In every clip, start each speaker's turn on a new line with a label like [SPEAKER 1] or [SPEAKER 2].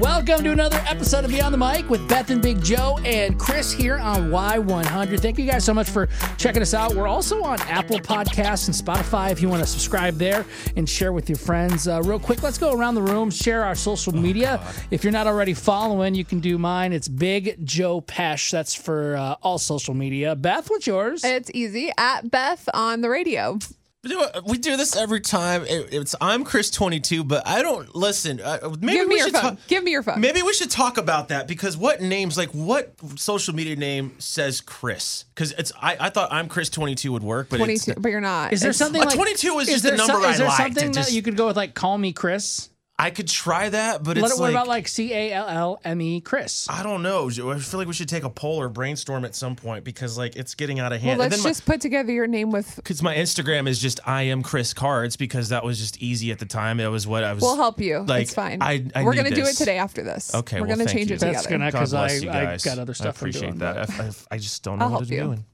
[SPEAKER 1] Welcome to another episode of Beyond the Mic with Beth and Big Joe and Chris here on Y100. Thank you guys so much for checking us out. We're also on Apple Podcasts and Spotify if you want to subscribe there and share with your friends. Uh, real quick, let's go around the room, share our social media. If you're not already following, you can do mine. It's Big Joe Pesh. That's for uh, all social media. Beth, what's yours?
[SPEAKER 2] It's easy at Beth on the radio.
[SPEAKER 3] We do, we do this every time. It- it's I'm Chris 22, but I don't listen. Uh, maybe
[SPEAKER 2] Give me
[SPEAKER 3] we
[SPEAKER 2] your
[SPEAKER 3] should
[SPEAKER 2] phone.
[SPEAKER 3] talk-
[SPEAKER 2] Give me your phone.
[SPEAKER 3] Maybe we should talk about that because what names like what social media name says Chris? Because it's I, I thought I'm Chris 22 would work, but
[SPEAKER 2] Twenty
[SPEAKER 3] it's
[SPEAKER 2] two, but you're not.
[SPEAKER 1] Is there
[SPEAKER 2] It's-
[SPEAKER 1] something
[SPEAKER 3] Uh,
[SPEAKER 1] like
[SPEAKER 3] 22 is just the
[SPEAKER 1] there
[SPEAKER 3] number I
[SPEAKER 1] Is there
[SPEAKER 3] liked.
[SPEAKER 1] something
[SPEAKER 3] It
[SPEAKER 1] that
[SPEAKER 3] just-
[SPEAKER 1] you could go with like call me Chris?
[SPEAKER 3] I could try that, but
[SPEAKER 1] Let
[SPEAKER 3] it's
[SPEAKER 1] it, what
[SPEAKER 3] like,
[SPEAKER 1] about like C A L L M E Chris?
[SPEAKER 3] I don't know. I feel like we should take a poll or brainstorm at some point because like it's getting out of
[SPEAKER 2] Well,
[SPEAKER 3] hand.
[SPEAKER 2] let's just put together your name with.
[SPEAKER 3] because my Instagram is just I am Chris Cards because that was just easy at the time. It was what I was.
[SPEAKER 2] We'll help you.
[SPEAKER 3] like,
[SPEAKER 2] it's fine.
[SPEAKER 3] I- I
[SPEAKER 2] We're
[SPEAKER 3] need
[SPEAKER 2] gonna do it
[SPEAKER 3] this.
[SPEAKER 2] today after this.
[SPEAKER 3] Okay,
[SPEAKER 2] we're
[SPEAKER 3] well,
[SPEAKER 2] gonna
[SPEAKER 3] thank
[SPEAKER 2] change
[SPEAKER 3] you.
[SPEAKER 2] it
[SPEAKER 1] That's
[SPEAKER 2] together.
[SPEAKER 1] gonna-
[SPEAKER 3] God
[SPEAKER 1] 'cause
[SPEAKER 3] bless
[SPEAKER 1] I-
[SPEAKER 3] you
[SPEAKER 1] I
[SPEAKER 3] guys.
[SPEAKER 1] got other stuff
[SPEAKER 3] I
[SPEAKER 1] I'm
[SPEAKER 3] appreciate
[SPEAKER 1] doing,
[SPEAKER 3] that. I, I- I just don't know
[SPEAKER 2] I'll
[SPEAKER 3] what I'm
[SPEAKER 2] help you.
[SPEAKER 3] doing.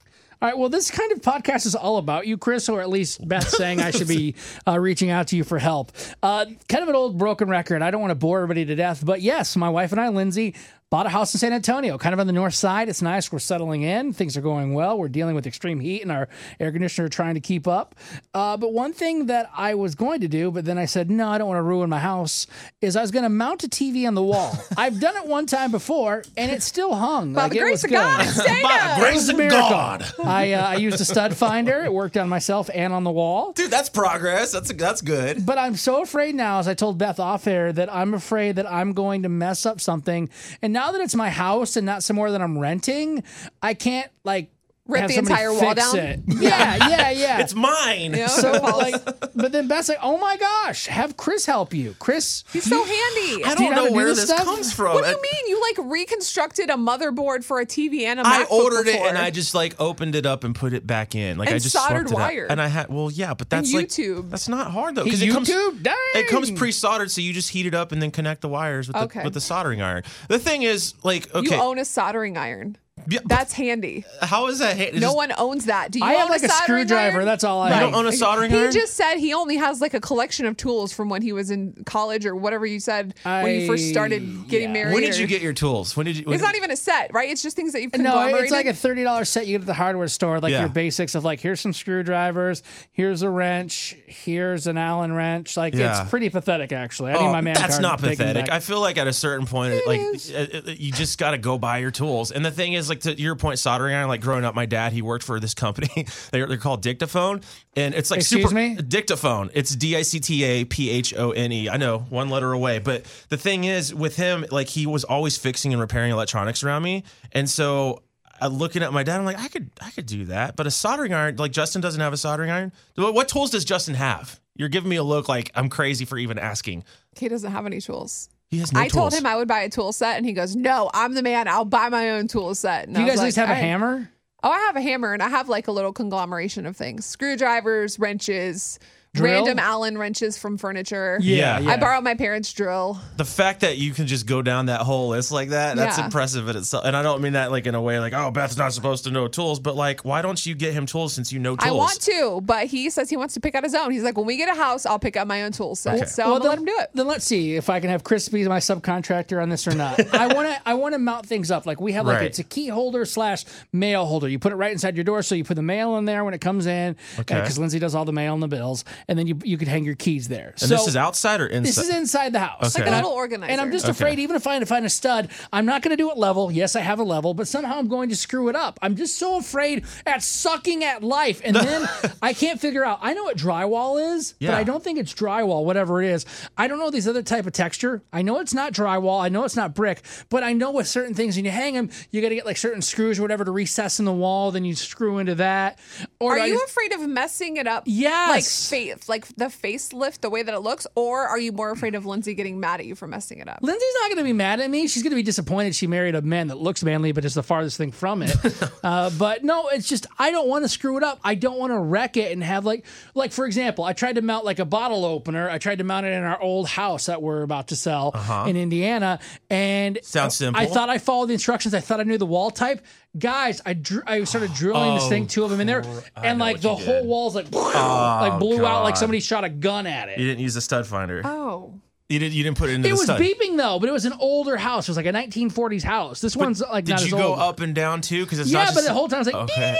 [SPEAKER 1] All right. Well, this kind of podcast is all about you, Chris, or at least Beth saying I should be uh, reaching out to you for help. Uh, kind of an old broken record. I don't want to bore everybody to death, but yes, my wife and I, Lindsay, bought a house in San Antonio, kind of on the north side. It's nice. We're settling in. Things are going well. We're dealing with extreme heat and our air conditioner trying to keep up. Uh, but one thing that I was going to do, but then I said, no, I don't want to ruin my house, is I was going to mount a TV on the wall. I've done it one time before, and it still hung.
[SPEAKER 2] By
[SPEAKER 1] Like,
[SPEAKER 2] Oh, the
[SPEAKER 1] it was
[SPEAKER 2] grace of
[SPEAKER 1] good.
[SPEAKER 2] God, stay
[SPEAKER 3] By the
[SPEAKER 2] up.
[SPEAKER 3] grace
[SPEAKER 1] It's a
[SPEAKER 3] of
[SPEAKER 1] miracle.
[SPEAKER 3] God.
[SPEAKER 1] I, uh, I used a stud finder. It worked on myself and on the wall.
[SPEAKER 3] Dude, that's progress. That's that's good.
[SPEAKER 1] But I'm so afraid now, as I told Beth off air, that I'm afraid that I'm going to mess up something. And now that it's my house and not somewhere that I'm renting, I can't like
[SPEAKER 2] Rip
[SPEAKER 1] have
[SPEAKER 2] the
[SPEAKER 1] somebody
[SPEAKER 2] entire wall
[SPEAKER 1] fix
[SPEAKER 2] down?
[SPEAKER 1] it. Yeah, yeah, yeah.
[SPEAKER 3] It's mine.
[SPEAKER 2] You know,
[SPEAKER 1] so
[SPEAKER 2] Paul's-
[SPEAKER 1] like, but then Beth's like, "Oh my gosh, have Chris help you, Chris."
[SPEAKER 2] he's so handy.
[SPEAKER 3] I
[SPEAKER 1] Do you know
[SPEAKER 3] don't
[SPEAKER 1] how
[SPEAKER 3] know
[SPEAKER 1] to do
[SPEAKER 3] where
[SPEAKER 1] this
[SPEAKER 3] this,
[SPEAKER 1] stuff?
[SPEAKER 3] comes from.
[SPEAKER 2] what do you mean? You like reconstructed a motherboard for a TV and a
[SPEAKER 3] I
[SPEAKER 2] MacBook
[SPEAKER 3] ordered it
[SPEAKER 2] before.
[SPEAKER 3] and I just like opened it up and put it back in. Like
[SPEAKER 2] And
[SPEAKER 3] I just
[SPEAKER 2] soldered
[SPEAKER 3] swapped it out.
[SPEAKER 2] wire.
[SPEAKER 3] And I had well, yeah, but that's like
[SPEAKER 2] YouTube.
[SPEAKER 3] That's not hard though
[SPEAKER 1] He
[SPEAKER 3] it comes
[SPEAKER 1] YouTubed? Dang!
[SPEAKER 3] it comes pre-soldered, so you just heat it up and then connect the wires with
[SPEAKER 2] Okay.
[SPEAKER 3] the with the soldering iron. The thing is, like,
[SPEAKER 2] You
[SPEAKER 3] okay,
[SPEAKER 2] own a soldering iron.
[SPEAKER 3] Yeah, but
[SPEAKER 2] That's handy.
[SPEAKER 3] how is that? hand-
[SPEAKER 2] No
[SPEAKER 3] just-
[SPEAKER 2] one owns that. Do you
[SPEAKER 1] I
[SPEAKER 2] own
[SPEAKER 1] have like a,
[SPEAKER 2] soldering
[SPEAKER 1] screwdriver.
[SPEAKER 2] iron?
[SPEAKER 1] That's all I
[SPEAKER 3] You
[SPEAKER 1] have.
[SPEAKER 3] don't own a soldering
[SPEAKER 2] He
[SPEAKER 3] iron.
[SPEAKER 2] just said he only has like a collection of tools from when he was in college or whatever you said when you first started getting
[SPEAKER 1] I-
[SPEAKER 2] married.
[SPEAKER 3] when did
[SPEAKER 2] or-
[SPEAKER 3] you get your tools? When did you? When,
[SPEAKER 2] It's not even a set, right? It's just things that you've
[SPEAKER 1] No,
[SPEAKER 2] conglomerated.
[SPEAKER 1] it's like a thirty dollars set you get at the hardware store, like
[SPEAKER 3] Yeah.
[SPEAKER 1] your basics of like here's some screwdrivers, here's a wrench, here's an Allen wrench. Like
[SPEAKER 3] Yeah.
[SPEAKER 1] it's pretty pathetic, actually. I need
[SPEAKER 3] Oh,
[SPEAKER 1] my man.
[SPEAKER 3] that's
[SPEAKER 1] card
[SPEAKER 3] not
[SPEAKER 1] taken
[SPEAKER 3] pathetic. I
[SPEAKER 1] back.
[SPEAKER 3] feel like at a certain point, like uh, uh, you just got to go buy your tools. And the thing is, like to your point, soldering iron. Like growing up, my dad he worked for this company. they're, they're called Dictaphone, and it's like
[SPEAKER 1] Excuse
[SPEAKER 3] super
[SPEAKER 1] me?
[SPEAKER 3] Dictaphone. It's D I C T A P H O N E. I know one letter away, but the thing is, with him, like he was always fixing and repairing electronics around me, and so. I, looking at my dad, I'm like, I could, I could do that. But a soldering iron, like Justin doesn't have a soldering iron. What, what tools does Justin have? You're giving me a look like I'm crazy for even asking.
[SPEAKER 2] he doesn't have any tools.
[SPEAKER 3] He has no
[SPEAKER 2] I told
[SPEAKER 3] tools.
[SPEAKER 2] him I would buy a tool set, and he goes, "No, I'm the man. I'll buy my own tool set." And
[SPEAKER 1] Do
[SPEAKER 2] I
[SPEAKER 1] you
[SPEAKER 2] was
[SPEAKER 1] guys at least
[SPEAKER 2] like,
[SPEAKER 1] have a
[SPEAKER 2] "All right."
[SPEAKER 1] hammer?
[SPEAKER 2] Oh, I have a hammer, and I have like a little conglomeration of things: screwdrivers, wrenches,
[SPEAKER 1] Drill?
[SPEAKER 2] random Allen wrenches from furniture.
[SPEAKER 3] Yeah.
[SPEAKER 2] I borrowed my parents' drill.
[SPEAKER 3] the fact that you can just go down that whole list like that, that's
[SPEAKER 2] Yeah.
[SPEAKER 3] impressive in itself. And I don't mean that like in a way like, oh, Beth's not supposed to know tools, but like, why don't you get him tools since you know tools?
[SPEAKER 2] I want to, but he says he wants to pick out his own. He's like, when we get a house, I'll pick out my own tool set.
[SPEAKER 3] Okay.
[SPEAKER 2] So I'm gonna
[SPEAKER 1] then,
[SPEAKER 2] let him do it.
[SPEAKER 1] Then let's see if I can have Chris be my subcontractor on this or not. I want to. I want to mount things up. Like we have like
[SPEAKER 3] Right.
[SPEAKER 1] it's a key holder slash mail holder. You put it right inside your door, so you put the mail in there when it comes in.
[SPEAKER 3] Okay.
[SPEAKER 1] Because Lindsay does all the mail and the bills, and then you you could hang your keys there.
[SPEAKER 3] And this is outside or inside?
[SPEAKER 1] This is inside the house.
[SPEAKER 3] Okay. Like a
[SPEAKER 1] And I'm-
[SPEAKER 2] little organizer.
[SPEAKER 1] And I'm just
[SPEAKER 3] Okay.
[SPEAKER 1] afraid, even if I find a stud, I'm not going to do it level. Yes, I have a level, but somehow I'm going to screw it up. I'm just so afraid at sucking at life. And then I can't figure out. I know what drywall is, but
[SPEAKER 3] Yeah.
[SPEAKER 1] I don't think it's drywall, whatever it is. I don't know these other type of texture. I know it's not drywall. I know it's not brick, but I know with certain things, when you hang them, you got to get like certain screws or whatever to recess in the wall. Then you screw into that. Or
[SPEAKER 2] Are
[SPEAKER 1] do I
[SPEAKER 2] you
[SPEAKER 1] just-
[SPEAKER 2] afraid of messing it up?
[SPEAKER 1] Yes.
[SPEAKER 2] Like face, like the facelift, the way that it looks, or are you more afraid of Lindsay getting mad at you for messing it up?
[SPEAKER 1] Lindsay's not going to be mad at me. She's going to be disappointed she married a man that looks manly, but is the farthest thing from it. uh, but no, it's just I don't want to screw it up. I don't want to wreck it and have like, like for example, I tried to mount like a bottle opener. I tried to mount it in our old house that we're about to sell in Indiana, and
[SPEAKER 3] Uh-huh. Sounds simple.
[SPEAKER 1] I thought I followed the instructions. I thought I knew the wall type. Guys, I drew, I started drilling this
[SPEAKER 3] Oh,
[SPEAKER 1] thing, two of them in there, and like the
[SPEAKER 3] you
[SPEAKER 1] whole
[SPEAKER 3] did. Oh,
[SPEAKER 1] wall's like, like blew out like
[SPEAKER 3] God.
[SPEAKER 1] somebody shot a gun at it.
[SPEAKER 3] you didn't use the stud finder.
[SPEAKER 2] Oh.
[SPEAKER 3] You didn't. You didn't put it
[SPEAKER 1] Uh,
[SPEAKER 3] into
[SPEAKER 1] It
[SPEAKER 3] the
[SPEAKER 1] was
[SPEAKER 3] stud.
[SPEAKER 1] beeping though, but it was an older house. It was like a 1940s house. This one's like
[SPEAKER 3] Did
[SPEAKER 1] not
[SPEAKER 3] you
[SPEAKER 1] as
[SPEAKER 3] go
[SPEAKER 1] old.
[SPEAKER 3] up and down too? Because it's
[SPEAKER 1] yeah,
[SPEAKER 3] not
[SPEAKER 1] but
[SPEAKER 3] just,
[SPEAKER 1] the whole time it's like.
[SPEAKER 3] Okay.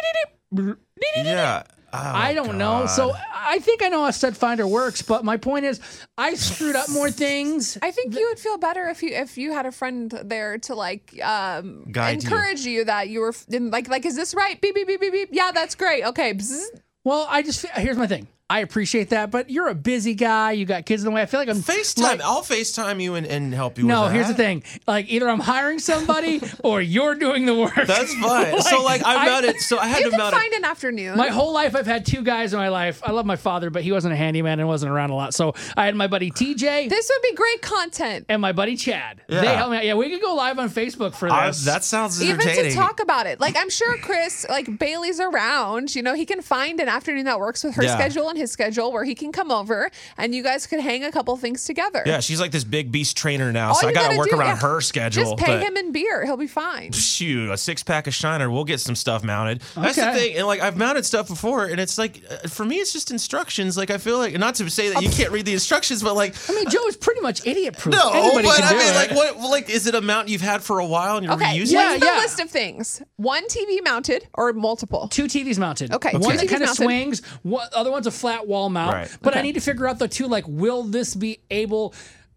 [SPEAKER 1] "Dee-dee-dee-dee-dee-dee, dee-dee-dee-dee-dee."
[SPEAKER 3] Yeah. Oh,
[SPEAKER 1] I don't know. So I think I know how stud finder works, but my point is, I screwed up more things.
[SPEAKER 2] I think you would feel better if you if you had a friend there to like um,
[SPEAKER 3] Guide you.
[SPEAKER 2] encourage you. that you were f- didn't like like is this right? Beep beep beep beep beep. Yeah, that's great. Okay, Bzzz.
[SPEAKER 1] Well, I just here's my thing. I appreciate that, but you're a busy guy. You got kids in the way. I feel like I'm
[SPEAKER 3] FaceTime.
[SPEAKER 1] like-
[SPEAKER 3] I'll FaceTime you and, and help you.
[SPEAKER 1] no,
[SPEAKER 3] with that.
[SPEAKER 1] here's the thing. Like either I'm hiring somebody or you're doing the work.
[SPEAKER 3] That's fine. so like I
[SPEAKER 1] I-
[SPEAKER 3] mounted. So I had
[SPEAKER 2] you
[SPEAKER 3] to
[SPEAKER 2] can
[SPEAKER 3] mount it.
[SPEAKER 2] find an afternoon.
[SPEAKER 1] My whole life, I've had two guys in my life. I love my father, but he wasn't a handyman and wasn't around a lot. So I had my buddy TJ
[SPEAKER 2] this would be great content,
[SPEAKER 1] and my buddy Chad. They
[SPEAKER 3] Yeah.
[SPEAKER 1] helped me out. Yeah, we could go live on Facebook for
[SPEAKER 3] I-
[SPEAKER 1] this.
[SPEAKER 3] that sounds
[SPEAKER 2] even
[SPEAKER 3] entertaining.
[SPEAKER 2] to talk about it. Like I'm sure Chris, like Bailey's around. You know, he can find an afternoon that works with her
[SPEAKER 3] Yeah.
[SPEAKER 2] schedule and his schedule, where he can come over and you guys could hang a couple things together.
[SPEAKER 3] yeah, she's like this big beast trainer now, so
[SPEAKER 2] you
[SPEAKER 3] I gotta,
[SPEAKER 2] gotta
[SPEAKER 3] work
[SPEAKER 2] do-
[SPEAKER 3] around
[SPEAKER 2] yeah.
[SPEAKER 3] her schedule.
[SPEAKER 2] Just pay
[SPEAKER 3] but-
[SPEAKER 2] him in beer. He'll be fine.
[SPEAKER 3] shoot, a six pack of Shiner. We'll get some stuff mounted. That's the
[SPEAKER 1] Okay.
[SPEAKER 3] thing. And like I've mounted stuff before, and it's like uh, for me, it's just instructions. Like I feel like not to say that you can't read the instructions, but like.
[SPEAKER 1] I mean, Joe is pretty much idiot proof.
[SPEAKER 3] No,
[SPEAKER 1] Anybody
[SPEAKER 3] but
[SPEAKER 1] can
[SPEAKER 3] I
[SPEAKER 1] do
[SPEAKER 3] mean,
[SPEAKER 1] it.
[SPEAKER 3] like, what? Like, is it a mount you've had for a while and you're
[SPEAKER 2] Okay,
[SPEAKER 3] reusing?
[SPEAKER 1] Yeah,
[SPEAKER 2] what's the
[SPEAKER 1] yeah.
[SPEAKER 2] list of things? One TV mounted or multiple?
[SPEAKER 1] Two TVs mounted.
[SPEAKER 2] Okay, two
[SPEAKER 1] One that
[SPEAKER 2] TVs
[SPEAKER 1] kind of
[SPEAKER 2] mounted.
[SPEAKER 1] swings, one, other one's a flat wall mount.
[SPEAKER 3] Right.
[SPEAKER 1] But I need to figure out, though, too, like, will this be able.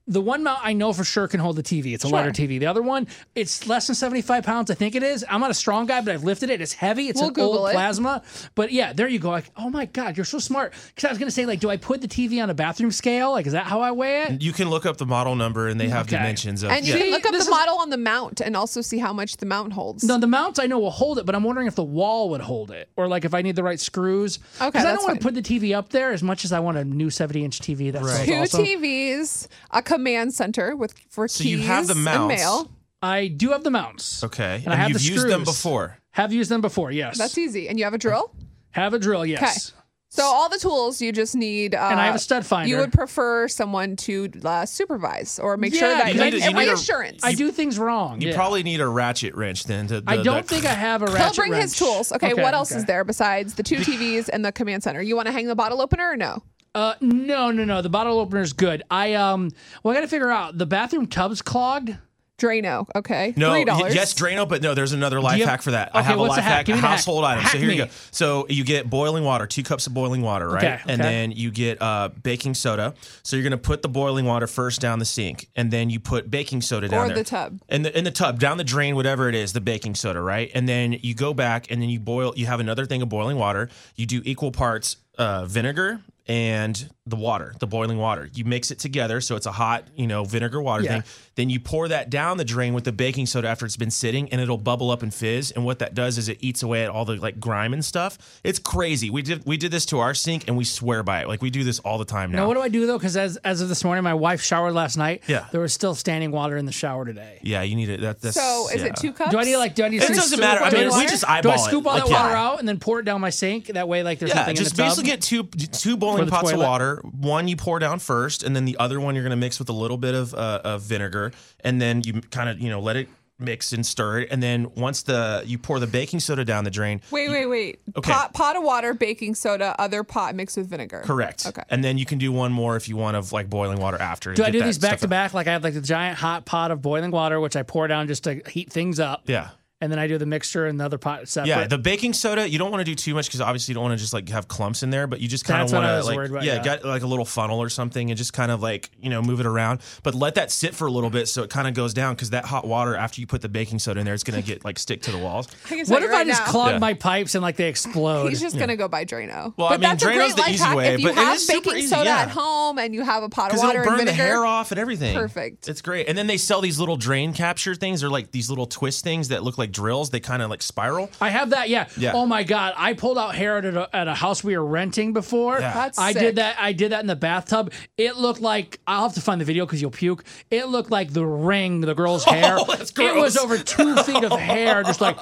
[SPEAKER 1] The one mount I know for sure can hold the TV. It's a lighter TV. The other one, it's less than 75 pounds, I think it is. I'm not a strong guy, but I've lifted it. It's heavy. It's
[SPEAKER 2] We'll
[SPEAKER 1] an
[SPEAKER 2] Google
[SPEAKER 1] old
[SPEAKER 2] it.
[SPEAKER 1] plasma. But yeah, there you go. Like, oh my God, you're so smart. Because I was going to say, like, do I put the TV on a bathroom scale? Like, is that how I weigh it?
[SPEAKER 3] You can look up the model number and they have
[SPEAKER 1] Okay.
[SPEAKER 3] dimensions of.
[SPEAKER 2] And you
[SPEAKER 3] yeah.
[SPEAKER 2] can look up the
[SPEAKER 1] this is-
[SPEAKER 2] model on the mount and also see how much the mount holds.
[SPEAKER 1] No, the mounts I know will hold it, but I'm wondering if the wall would hold it, or like if I need the right screws.
[SPEAKER 2] Okay,
[SPEAKER 1] I don't
[SPEAKER 2] that's
[SPEAKER 1] want to
[SPEAKER 2] fine.
[SPEAKER 1] put the TV up there as much as I want a new 70 inch TV. That's
[SPEAKER 3] Right.
[SPEAKER 2] Two
[SPEAKER 1] awesome.
[SPEAKER 2] TVs, a command center with for
[SPEAKER 3] So
[SPEAKER 2] keys
[SPEAKER 3] you have the
[SPEAKER 2] and
[SPEAKER 3] mounts.
[SPEAKER 2] mail.
[SPEAKER 1] I do have the mounts.
[SPEAKER 3] okay,
[SPEAKER 1] and,
[SPEAKER 3] and,
[SPEAKER 1] I have
[SPEAKER 3] you've
[SPEAKER 1] the
[SPEAKER 3] used them
[SPEAKER 1] screws.
[SPEAKER 3] before.
[SPEAKER 1] Have used them before. Yes,
[SPEAKER 2] That's e- easy. And you have a drill.
[SPEAKER 1] have a drill. Yes,
[SPEAKER 2] So all the tools you just need. Uh,
[SPEAKER 1] and I have a stud finder.
[SPEAKER 2] You would prefer someone to uh, supervise or make sure
[SPEAKER 1] Yeah,
[SPEAKER 2] that
[SPEAKER 1] you
[SPEAKER 2] you
[SPEAKER 1] need to-
[SPEAKER 2] and
[SPEAKER 1] you need a-
[SPEAKER 2] reassurance.
[SPEAKER 1] I do things wrong.
[SPEAKER 3] You
[SPEAKER 1] yeah.
[SPEAKER 3] probably need a ratchet wrench then. To the,
[SPEAKER 1] I don't
[SPEAKER 3] the-
[SPEAKER 1] think I have a ratchet.
[SPEAKER 2] He'll bring
[SPEAKER 1] wrench.
[SPEAKER 2] his tools. Okay, what else
[SPEAKER 1] okay.
[SPEAKER 2] is there besides the two TVs and the command center? You want to hang the bottle opener or no?
[SPEAKER 1] Uh, no, no, no. The bottle opener is good. I um, well, I got to figure out the bathroom tub's clogged.
[SPEAKER 2] Drano. Okay,
[SPEAKER 3] No,
[SPEAKER 2] three
[SPEAKER 3] y-
[SPEAKER 2] dollars.
[SPEAKER 3] yes, Drano, but no, there's another life
[SPEAKER 1] have-
[SPEAKER 3] hack for that. I
[SPEAKER 1] Okay,
[SPEAKER 3] have a
[SPEAKER 1] what's the
[SPEAKER 3] life
[SPEAKER 1] hack?
[SPEAKER 3] hack,
[SPEAKER 1] Give me the hack.
[SPEAKER 3] household item.
[SPEAKER 1] Hack
[SPEAKER 3] so here you
[SPEAKER 1] me.
[SPEAKER 3] go. So you get boiling water, two cups of boiling water, right?
[SPEAKER 1] Okay,
[SPEAKER 3] And
[SPEAKER 1] okay.
[SPEAKER 3] then you get uh, baking soda. So you're gonna put the boiling water first down the sink, and then you put baking soda down
[SPEAKER 2] Or
[SPEAKER 3] there.
[SPEAKER 2] the tub.
[SPEAKER 3] In the in the tub, down the drain, whatever it is, the baking soda, right? And then you go back, and then you boil. You have another thing of boiling water. You do equal parts uh, vinegar and the water, the boiling water. You mix it together, so it's a hot, you know, vinegar water
[SPEAKER 1] Yeah.
[SPEAKER 3] thing. Then you pour that down the drain with the baking soda after it's been sitting, and it'll bubble up and fizz. And what that does is it eats away at all the like grime and stuff. It's crazy. We did we did this to our sink, and we swear by it. Like we do this all the time now.
[SPEAKER 1] Now, what do I do though? Because as as of this morning, my wife showered last night.
[SPEAKER 3] Yeah.
[SPEAKER 1] there was still standing water in the shower today.
[SPEAKER 3] yeah, you need it. That, that's
[SPEAKER 2] So is
[SPEAKER 3] yeah.
[SPEAKER 2] it two cups?
[SPEAKER 1] Do I need like? Do I need?
[SPEAKER 3] It
[SPEAKER 1] to
[SPEAKER 3] doesn't
[SPEAKER 1] scoop
[SPEAKER 3] matter. I
[SPEAKER 1] up
[SPEAKER 3] mean,
[SPEAKER 1] the
[SPEAKER 2] we
[SPEAKER 1] water?
[SPEAKER 3] just eyeball
[SPEAKER 1] Do I
[SPEAKER 3] it.
[SPEAKER 1] scoop all
[SPEAKER 3] Like,
[SPEAKER 1] that water
[SPEAKER 3] yeah.
[SPEAKER 1] out and then pour it down my sink? That way, like there's
[SPEAKER 3] Yeah,
[SPEAKER 1] nothing
[SPEAKER 3] just
[SPEAKER 1] in the tub.
[SPEAKER 3] basically get two two
[SPEAKER 1] For
[SPEAKER 3] boiling
[SPEAKER 1] the
[SPEAKER 3] pots
[SPEAKER 1] toilet.
[SPEAKER 3] of water. One you pour down first, and then the other one you're going to mix with a little bit of uh, of vinegar, and then you kind of you know let it mix and stir it. And then once the you pour the baking soda down the drain,
[SPEAKER 2] Wait, wait, wait.
[SPEAKER 3] Okay.
[SPEAKER 2] Pot, pot of water, baking soda, other pot mixed with vinegar.
[SPEAKER 3] correct.
[SPEAKER 2] Okay.
[SPEAKER 3] And then you can do one more if you want of like boiling water after.
[SPEAKER 1] do I do these back to back? Like I have like the giant hot pot of boiling water, which I pour down just to heat things up,
[SPEAKER 3] Yeah.
[SPEAKER 1] and then I do the mixture in the other pot separate.
[SPEAKER 3] Yeah, the baking soda you don't want to do too much because obviously you don't want to just like have clumps in there, but you just kind
[SPEAKER 1] That's
[SPEAKER 3] of
[SPEAKER 1] what
[SPEAKER 3] want
[SPEAKER 1] I
[SPEAKER 3] to
[SPEAKER 1] was
[SPEAKER 3] like
[SPEAKER 1] worried about,
[SPEAKER 3] yeah,
[SPEAKER 1] yeah.
[SPEAKER 3] get like a little funnel or something and just kind of like you know move it around, but let that sit for a little bit so it kind of goes down because that hot water after you put the baking soda in there, it's gonna get like stick to the walls.
[SPEAKER 2] I can tell
[SPEAKER 1] what
[SPEAKER 2] you
[SPEAKER 1] if I
[SPEAKER 2] right
[SPEAKER 1] just
[SPEAKER 2] now,
[SPEAKER 1] clog
[SPEAKER 3] Yeah.
[SPEAKER 1] my pipes and like they explode?
[SPEAKER 2] He's just gonna go buy Drano.
[SPEAKER 3] Well, I
[SPEAKER 2] but
[SPEAKER 3] mean,
[SPEAKER 2] that's a
[SPEAKER 3] Drano's
[SPEAKER 2] great
[SPEAKER 3] the
[SPEAKER 2] life
[SPEAKER 3] easy
[SPEAKER 2] hack.
[SPEAKER 3] way,
[SPEAKER 2] if you
[SPEAKER 3] but it
[SPEAKER 2] have
[SPEAKER 3] is super
[SPEAKER 2] baking
[SPEAKER 3] easy,
[SPEAKER 2] soda
[SPEAKER 3] yeah.
[SPEAKER 2] at home and you have a pot of
[SPEAKER 3] Because
[SPEAKER 2] water
[SPEAKER 3] it'll burn
[SPEAKER 2] and
[SPEAKER 3] the
[SPEAKER 2] vinegar,
[SPEAKER 3] hair off and everything.
[SPEAKER 2] Perfect.
[SPEAKER 3] It's great. And then they sell these little drain capture things. They're like these little twist things that look like drills. They kind of like spiral.
[SPEAKER 1] I have that, yeah.
[SPEAKER 3] Yeah.
[SPEAKER 1] Oh my god, I pulled out hair at a, at a house we were renting before.
[SPEAKER 3] Yeah.
[SPEAKER 2] That's
[SPEAKER 1] I did
[SPEAKER 2] sick.
[SPEAKER 1] that. I did that in the bathtub. It looked like I'll have to find the video because you'll puke. It looked like the ring, the girl's hair.
[SPEAKER 3] Oh, that's
[SPEAKER 1] It was
[SPEAKER 3] gross.
[SPEAKER 1] over two feet of hair, just like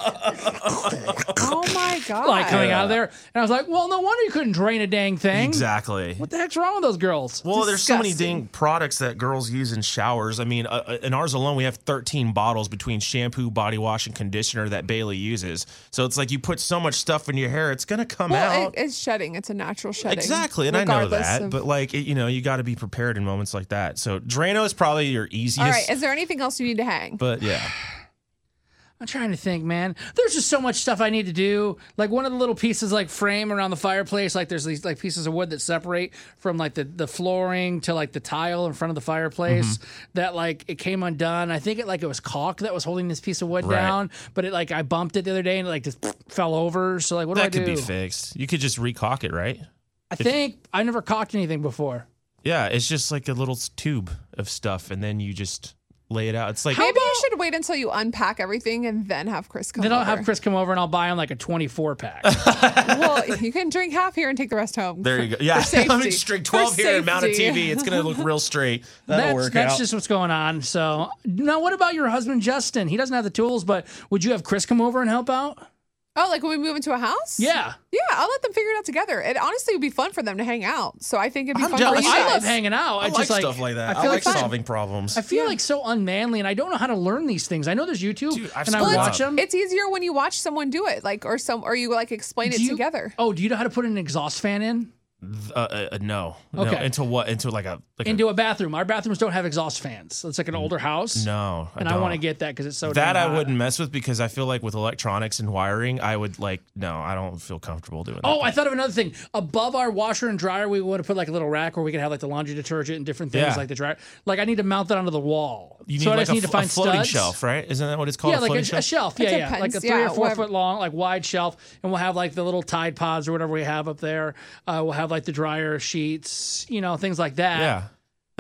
[SPEAKER 2] oh my god!
[SPEAKER 1] like coming out of there. And I was like, well, no wonder you couldn't drain a dang thing.
[SPEAKER 3] Exactly.
[SPEAKER 1] What the heck's wrong with those girls?
[SPEAKER 3] Well, there's so many
[SPEAKER 2] Disgusting.
[SPEAKER 3] dang products that girls use in showers. I mean, uh, uh, in ours alone, we have 13 bottles between shampoo, body wash, and conditioner that Bailey uses. So it's like you put so much stuff in your hair, it's gonna come
[SPEAKER 2] Well,
[SPEAKER 3] out.
[SPEAKER 2] it, it's shedding. It's a natural shedding.
[SPEAKER 3] Exactly, and I know
[SPEAKER 2] regardless
[SPEAKER 3] that,
[SPEAKER 2] of-
[SPEAKER 3] but like it, you know, you got to be prepared in moments like that. So Drano is probably your easiest,
[SPEAKER 2] all right. Is there anything else you need to hang?
[SPEAKER 3] but yeah,
[SPEAKER 1] I'm trying to think, man. There's just so much stuff I need to do. Like one of the little pieces, like frame around the fireplace. Like there's these like pieces of wood that separate from like the the flooring to like the tile in front of the fireplace.
[SPEAKER 3] Mm-hmm.
[SPEAKER 1] That like it came undone. I think it like it was caulk that was holding this piece of wood
[SPEAKER 3] Right.
[SPEAKER 1] down, but it like I bumped it the other day and it like just fell over. So like what
[SPEAKER 3] that
[SPEAKER 1] do I
[SPEAKER 3] could
[SPEAKER 1] do?
[SPEAKER 3] be fixed. You could just recock it, right?
[SPEAKER 1] I think I never caulked anything before.
[SPEAKER 3] Yeah, it's just like a little s- tube of stuff, and then you just lay it out. It's like
[SPEAKER 2] Maybe you should wait until you unpack everything and then have Chris come.
[SPEAKER 1] Then
[SPEAKER 2] over.
[SPEAKER 1] I'll have Chris come over and I'll buy him like a 24 pack.
[SPEAKER 2] well, you can drink half here and take the rest home.
[SPEAKER 3] there you go. Yeah,
[SPEAKER 2] safety.
[SPEAKER 3] I'm just drink
[SPEAKER 2] For
[SPEAKER 3] 12 here and mount a
[SPEAKER 2] safety.
[SPEAKER 3] TV. It's gonna look real straight. That'll
[SPEAKER 1] that's
[SPEAKER 3] work
[SPEAKER 1] that's
[SPEAKER 3] out.
[SPEAKER 1] just what's going on. So now, what about your husband Justin? He doesn't have the tools, but would you have Chris come over and help out?
[SPEAKER 2] Oh, like when we move into a house?
[SPEAKER 1] Yeah,
[SPEAKER 2] Yeah, I'll let them figure it out together. It honestly would be fun for them to hang out. So I think it'd be
[SPEAKER 3] I'm
[SPEAKER 2] fun
[SPEAKER 3] jealous.
[SPEAKER 2] for you
[SPEAKER 1] I
[SPEAKER 2] guys.
[SPEAKER 1] love hanging out. I,
[SPEAKER 3] I like
[SPEAKER 1] just like
[SPEAKER 3] stuff like that. I,
[SPEAKER 1] I feel
[SPEAKER 3] like
[SPEAKER 1] like,
[SPEAKER 3] solving problems.
[SPEAKER 1] I feel like so unmanly, and I don't know how to learn these things. I know there's YouTube,
[SPEAKER 3] Dude, I've
[SPEAKER 1] and I
[SPEAKER 3] screwed
[SPEAKER 1] watch
[SPEAKER 3] up.
[SPEAKER 1] them.
[SPEAKER 2] It's easier when you watch someone do it, like or some or you like explain it
[SPEAKER 1] Do you-
[SPEAKER 2] together.
[SPEAKER 1] Oh, do you know how to put an exhaust fan in
[SPEAKER 3] Uh, uh, uh, no, no.
[SPEAKER 1] Okay.
[SPEAKER 3] Into what? Into like a like
[SPEAKER 1] into a bathroom? Our bathrooms don't have exhaust fans. It's like an older house.
[SPEAKER 3] a, Mm. no.
[SPEAKER 1] and I want to
[SPEAKER 3] don't.
[SPEAKER 1] get that because it's so
[SPEAKER 3] that.
[SPEAKER 1] damn
[SPEAKER 3] I
[SPEAKER 1] hot.
[SPEAKER 3] wouldn't mess with because I feel like with electronics and wiring, I would like no. I don't feel comfortable doing.
[SPEAKER 1] Oh,
[SPEAKER 3] that.
[SPEAKER 1] I thought of another thing. Above our washer and dryer, we want to put like a little rack where we could have like the laundry detergent and different things
[SPEAKER 3] Yeah.
[SPEAKER 1] like the dryer. Like I need to mount that onto the wall.
[SPEAKER 3] you need
[SPEAKER 1] so I
[SPEAKER 3] like
[SPEAKER 1] just
[SPEAKER 3] a,
[SPEAKER 1] need to
[SPEAKER 3] fl-
[SPEAKER 1] find
[SPEAKER 3] a floating
[SPEAKER 1] studs.
[SPEAKER 3] shelf, right? Isn't that what it's called?
[SPEAKER 1] Yeah,
[SPEAKER 3] a
[SPEAKER 1] like
[SPEAKER 3] floating
[SPEAKER 1] a, a shelf. Yeah,
[SPEAKER 2] It
[SPEAKER 1] yeah, like a
[SPEAKER 2] depends.
[SPEAKER 1] three
[SPEAKER 2] Yeah,
[SPEAKER 1] or four
[SPEAKER 2] whatever.
[SPEAKER 1] foot long, like wide shelf, and we'll have like the little Tide Pods or whatever we have up there. Uh, we'll have like the dryer sheets, you know, things like that.
[SPEAKER 3] Yeah, that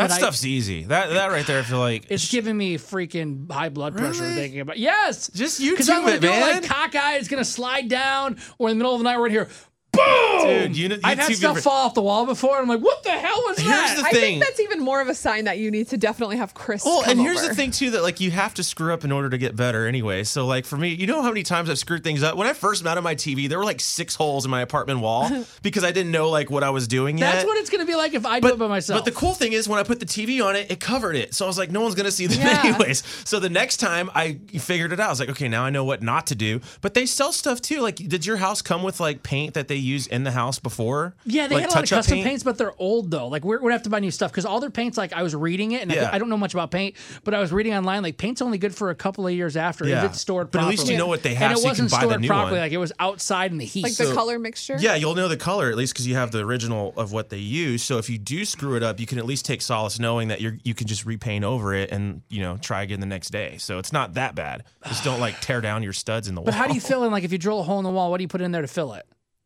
[SPEAKER 1] But I-
[SPEAKER 3] stuff's easy. That that right there, I feel like
[SPEAKER 1] It's giving me freaking high blood pressure
[SPEAKER 3] Really?
[SPEAKER 1] thinking about. Yes,
[SPEAKER 3] Just
[SPEAKER 1] because I'm
[SPEAKER 3] YouTube
[SPEAKER 1] gonna
[SPEAKER 3] it,
[SPEAKER 1] do
[SPEAKER 3] man.
[SPEAKER 1] like cockeye. It's gonna slide down, or in the middle of the night we're in here.
[SPEAKER 3] dude. You, know-
[SPEAKER 1] I've had
[SPEAKER 3] YouTube
[SPEAKER 1] stuff
[SPEAKER 3] video-
[SPEAKER 1] fall off the wall before. And I'm like, what the hell was
[SPEAKER 3] Here's
[SPEAKER 1] that?
[SPEAKER 3] the
[SPEAKER 2] I
[SPEAKER 3] thing.
[SPEAKER 2] think that's even more of a sign that you need to definitely have Chris.
[SPEAKER 3] Well,
[SPEAKER 2] come
[SPEAKER 3] and here's
[SPEAKER 2] over.
[SPEAKER 3] the thing too that like you have to screw up in order to get better anyway. So like for me, you know how many times I've screwed things up. When I first mounted my TV, there were like six holes in my apartment wall because I didn't know like what I was doing yet.
[SPEAKER 1] That's what it's going to be like if I do it by myself.
[SPEAKER 3] But the cool thing is when I put the TV on it, it covered it. So I was like, no one's gonna see them
[SPEAKER 2] Yeah.
[SPEAKER 3] anyways. So the next time I figured it out, I was like, okay, now I know what not to do. But they sell stuff too. Like, did your house come with like paint that they used in the house before?
[SPEAKER 1] yeah, they
[SPEAKER 3] like,
[SPEAKER 1] had a lot of
[SPEAKER 3] touch-up
[SPEAKER 1] custom paints, but they're old though. Like we're, we'd have to buy new stuff because all their paints. Like I was reading it, and I-
[SPEAKER 3] Yeah.
[SPEAKER 1] I, don't know much about paint, but I was reading online like paint's only good for a couple of years after
[SPEAKER 3] Yeah.
[SPEAKER 1] if it's stored.
[SPEAKER 3] But at
[SPEAKER 1] properly.
[SPEAKER 3] least you know what they have,
[SPEAKER 1] and it
[SPEAKER 3] so you can
[SPEAKER 1] wasn't
[SPEAKER 3] buy the
[SPEAKER 1] stored
[SPEAKER 3] new
[SPEAKER 1] properly.
[SPEAKER 3] one.
[SPEAKER 1] Like it was outside in the heat.
[SPEAKER 2] like the color mixture.
[SPEAKER 3] Yeah, you'll know the color at least because you have the original of what they use. So if you do screw it up, you can at least take solace knowing that you you can just repaint over it and you know try again the next day. So it's not that bad. Just don't like tear down your studs in the wall.
[SPEAKER 1] but how do you fill in? Like if you drill a hole in the wall, what do you put in there to fill it?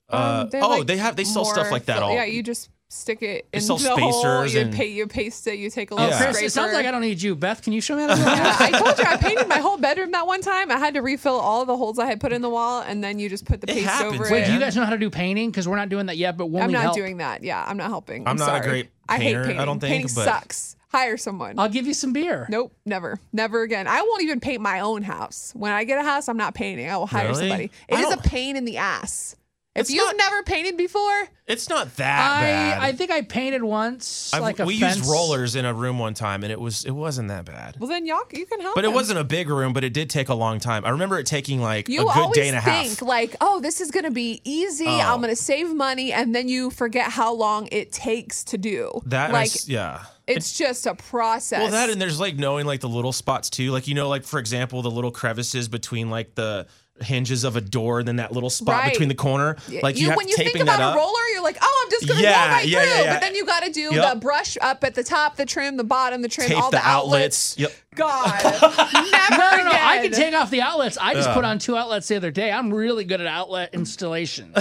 [SPEAKER 3] Uh,
[SPEAKER 2] Um, they're,
[SPEAKER 3] oh,
[SPEAKER 2] like,
[SPEAKER 3] they have they sell stuff
[SPEAKER 2] more
[SPEAKER 3] like that
[SPEAKER 2] fill-
[SPEAKER 3] all.
[SPEAKER 2] Yeah, you just stick it in
[SPEAKER 3] sell
[SPEAKER 2] the hole.
[SPEAKER 3] spacers
[SPEAKER 2] You
[SPEAKER 3] and-
[SPEAKER 2] pa- you paste it. You take a
[SPEAKER 1] Oh,
[SPEAKER 2] little
[SPEAKER 3] Yeah.
[SPEAKER 1] Chris,
[SPEAKER 2] scraper.
[SPEAKER 1] it sounds like I don't need you, Beth. Can you show me how to do that?
[SPEAKER 2] Yeah, I told you I painted my whole bedroom that one time. I had to refill all the holes I had put in the wall, and then you just put the paste
[SPEAKER 3] happens,
[SPEAKER 2] over
[SPEAKER 1] Wait,
[SPEAKER 2] it.
[SPEAKER 1] do you guys know how to do painting? Because we're not doing that yet, but when
[SPEAKER 2] I'm
[SPEAKER 1] we
[SPEAKER 2] not
[SPEAKER 1] help,
[SPEAKER 2] doing that. Yeah, I'm not helping.
[SPEAKER 3] I'm not a
[SPEAKER 2] sorry.
[SPEAKER 3] great
[SPEAKER 2] I hate
[SPEAKER 3] painter, I
[SPEAKER 2] painting.
[SPEAKER 3] don't think,
[SPEAKER 2] painting
[SPEAKER 3] but-
[SPEAKER 2] sucks. Hire someone.
[SPEAKER 1] I'll give you some beer.
[SPEAKER 2] nope, never, never again. I won't even paint my own house. When I get a house, I'm not painting. I will hire
[SPEAKER 3] Really?
[SPEAKER 2] somebody.
[SPEAKER 3] I
[SPEAKER 2] It is a
[SPEAKER 3] don't-
[SPEAKER 2] pain in the ass. If
[SPEAKER 3] It's
[SPEAKER 2] you've
[SPEAKER 3] not-
[SPEAKER 2] never painted before,
[SPEAKER 3] It's not that
[SPEAKER 1] I,
[SPEAKER 3] bad.
[SPEAKER 1] I think I painted once.
[SPEAKER 3] I've-
[SPEAKER 1] like a
[SPEAKER 3] we
[SPEAKER 1] fence.
[SPEAKER 3] used rollers in a room one time, and it was it wasn't that bad.
[SPEAKER 2] well then y'all you can help.
[SPEAKER 3] But it
[SPEAKER 2] him.
[SPEAKER 3] wasn't a big room, but it did take a long time. I remember it taking like
[SPEAKER 2] You
[SPEAKER 3] a good
[SPEAKER 2] always
[SPEAKER 3] day and a half. Oh.
[SPEAKER 2] think like, oh, this is gonna be easy. I'm gonna save money, and then you forget how long it takes to do.
[SPEAKER 3] that and I
[SPEAKER 2] like
[SPEAKER 3] s- yeah.
[SPEAKER 2] it's just a process.
[SPEAKER 3] Well, that and there's like knowing like the little spots too. Like you know, like for example, the little crevices between like the hinges of a door, and then that little spot
[SPEAKER 2] Right.
[SPEAKER 3] between the corner. Like you, have
[SPEAKER 2] when you
[SPEAKER 3] taping
[SPEAKER 2] think about
[SPEAKER 3] that
[SPEAKER 2] a
[SPEAKER 3] up.
[SPEAKER 2] roller, you're like, oh, I'm just gonna
[SPEAKER 3] Yeah,
[SPEAKER 2] roll right
[SPEAKER 3] yeah,
[SPEAKER 2] through.
[SPEAKER 3] yeah, yeah.
[SPEAKER 2] But then you got to do
[SPEAKER 3] Yep.
[SPEAKER 2] the brush up at the top, the trim, the bottom, the trim,
[SPEAKER 3] tape
[SPEAKER 2] all the,
[SPEAKER 3] the outlets. Yep.
[SPEAKER 2] God, never
[SPEAKER 1] No, no, no.
[SPEAKER 2] again.
[SPEAKER 1] I can take off the outlets. I just put on two outlets the other day. I'm really good at outlet installation.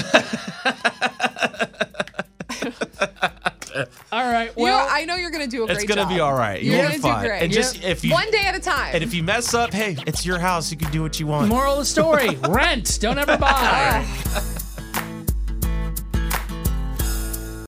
[SPEAKER 1] All right.
[SPEAKER 2] You know,
[SPEAKER 1] Well,
[SPEAKER 2] I know you're gonna do a great
[SPEAKER 3] It's gonna
[SPEAKER 2] job.
[SPEAKER 3] be all right.
[SPEAKER 2] You're
[SPEAKER 3] You'll
[SPEAKER 2] gonna
[SPEAKER 3] be
[SPEAKER 2] do
[SPEAKER 3] fine.
[SPEAKER 2] great.
[SPEAKER 3] And just if you
[SPEAKER 2] One day at a time.
[SPEAKER 3] and if you mess up, hey, it's your house. You can do what you want.
[SPEAKER 2] Uh,
[SPEAKER 1] moral of the story: rent. Don't ever buy.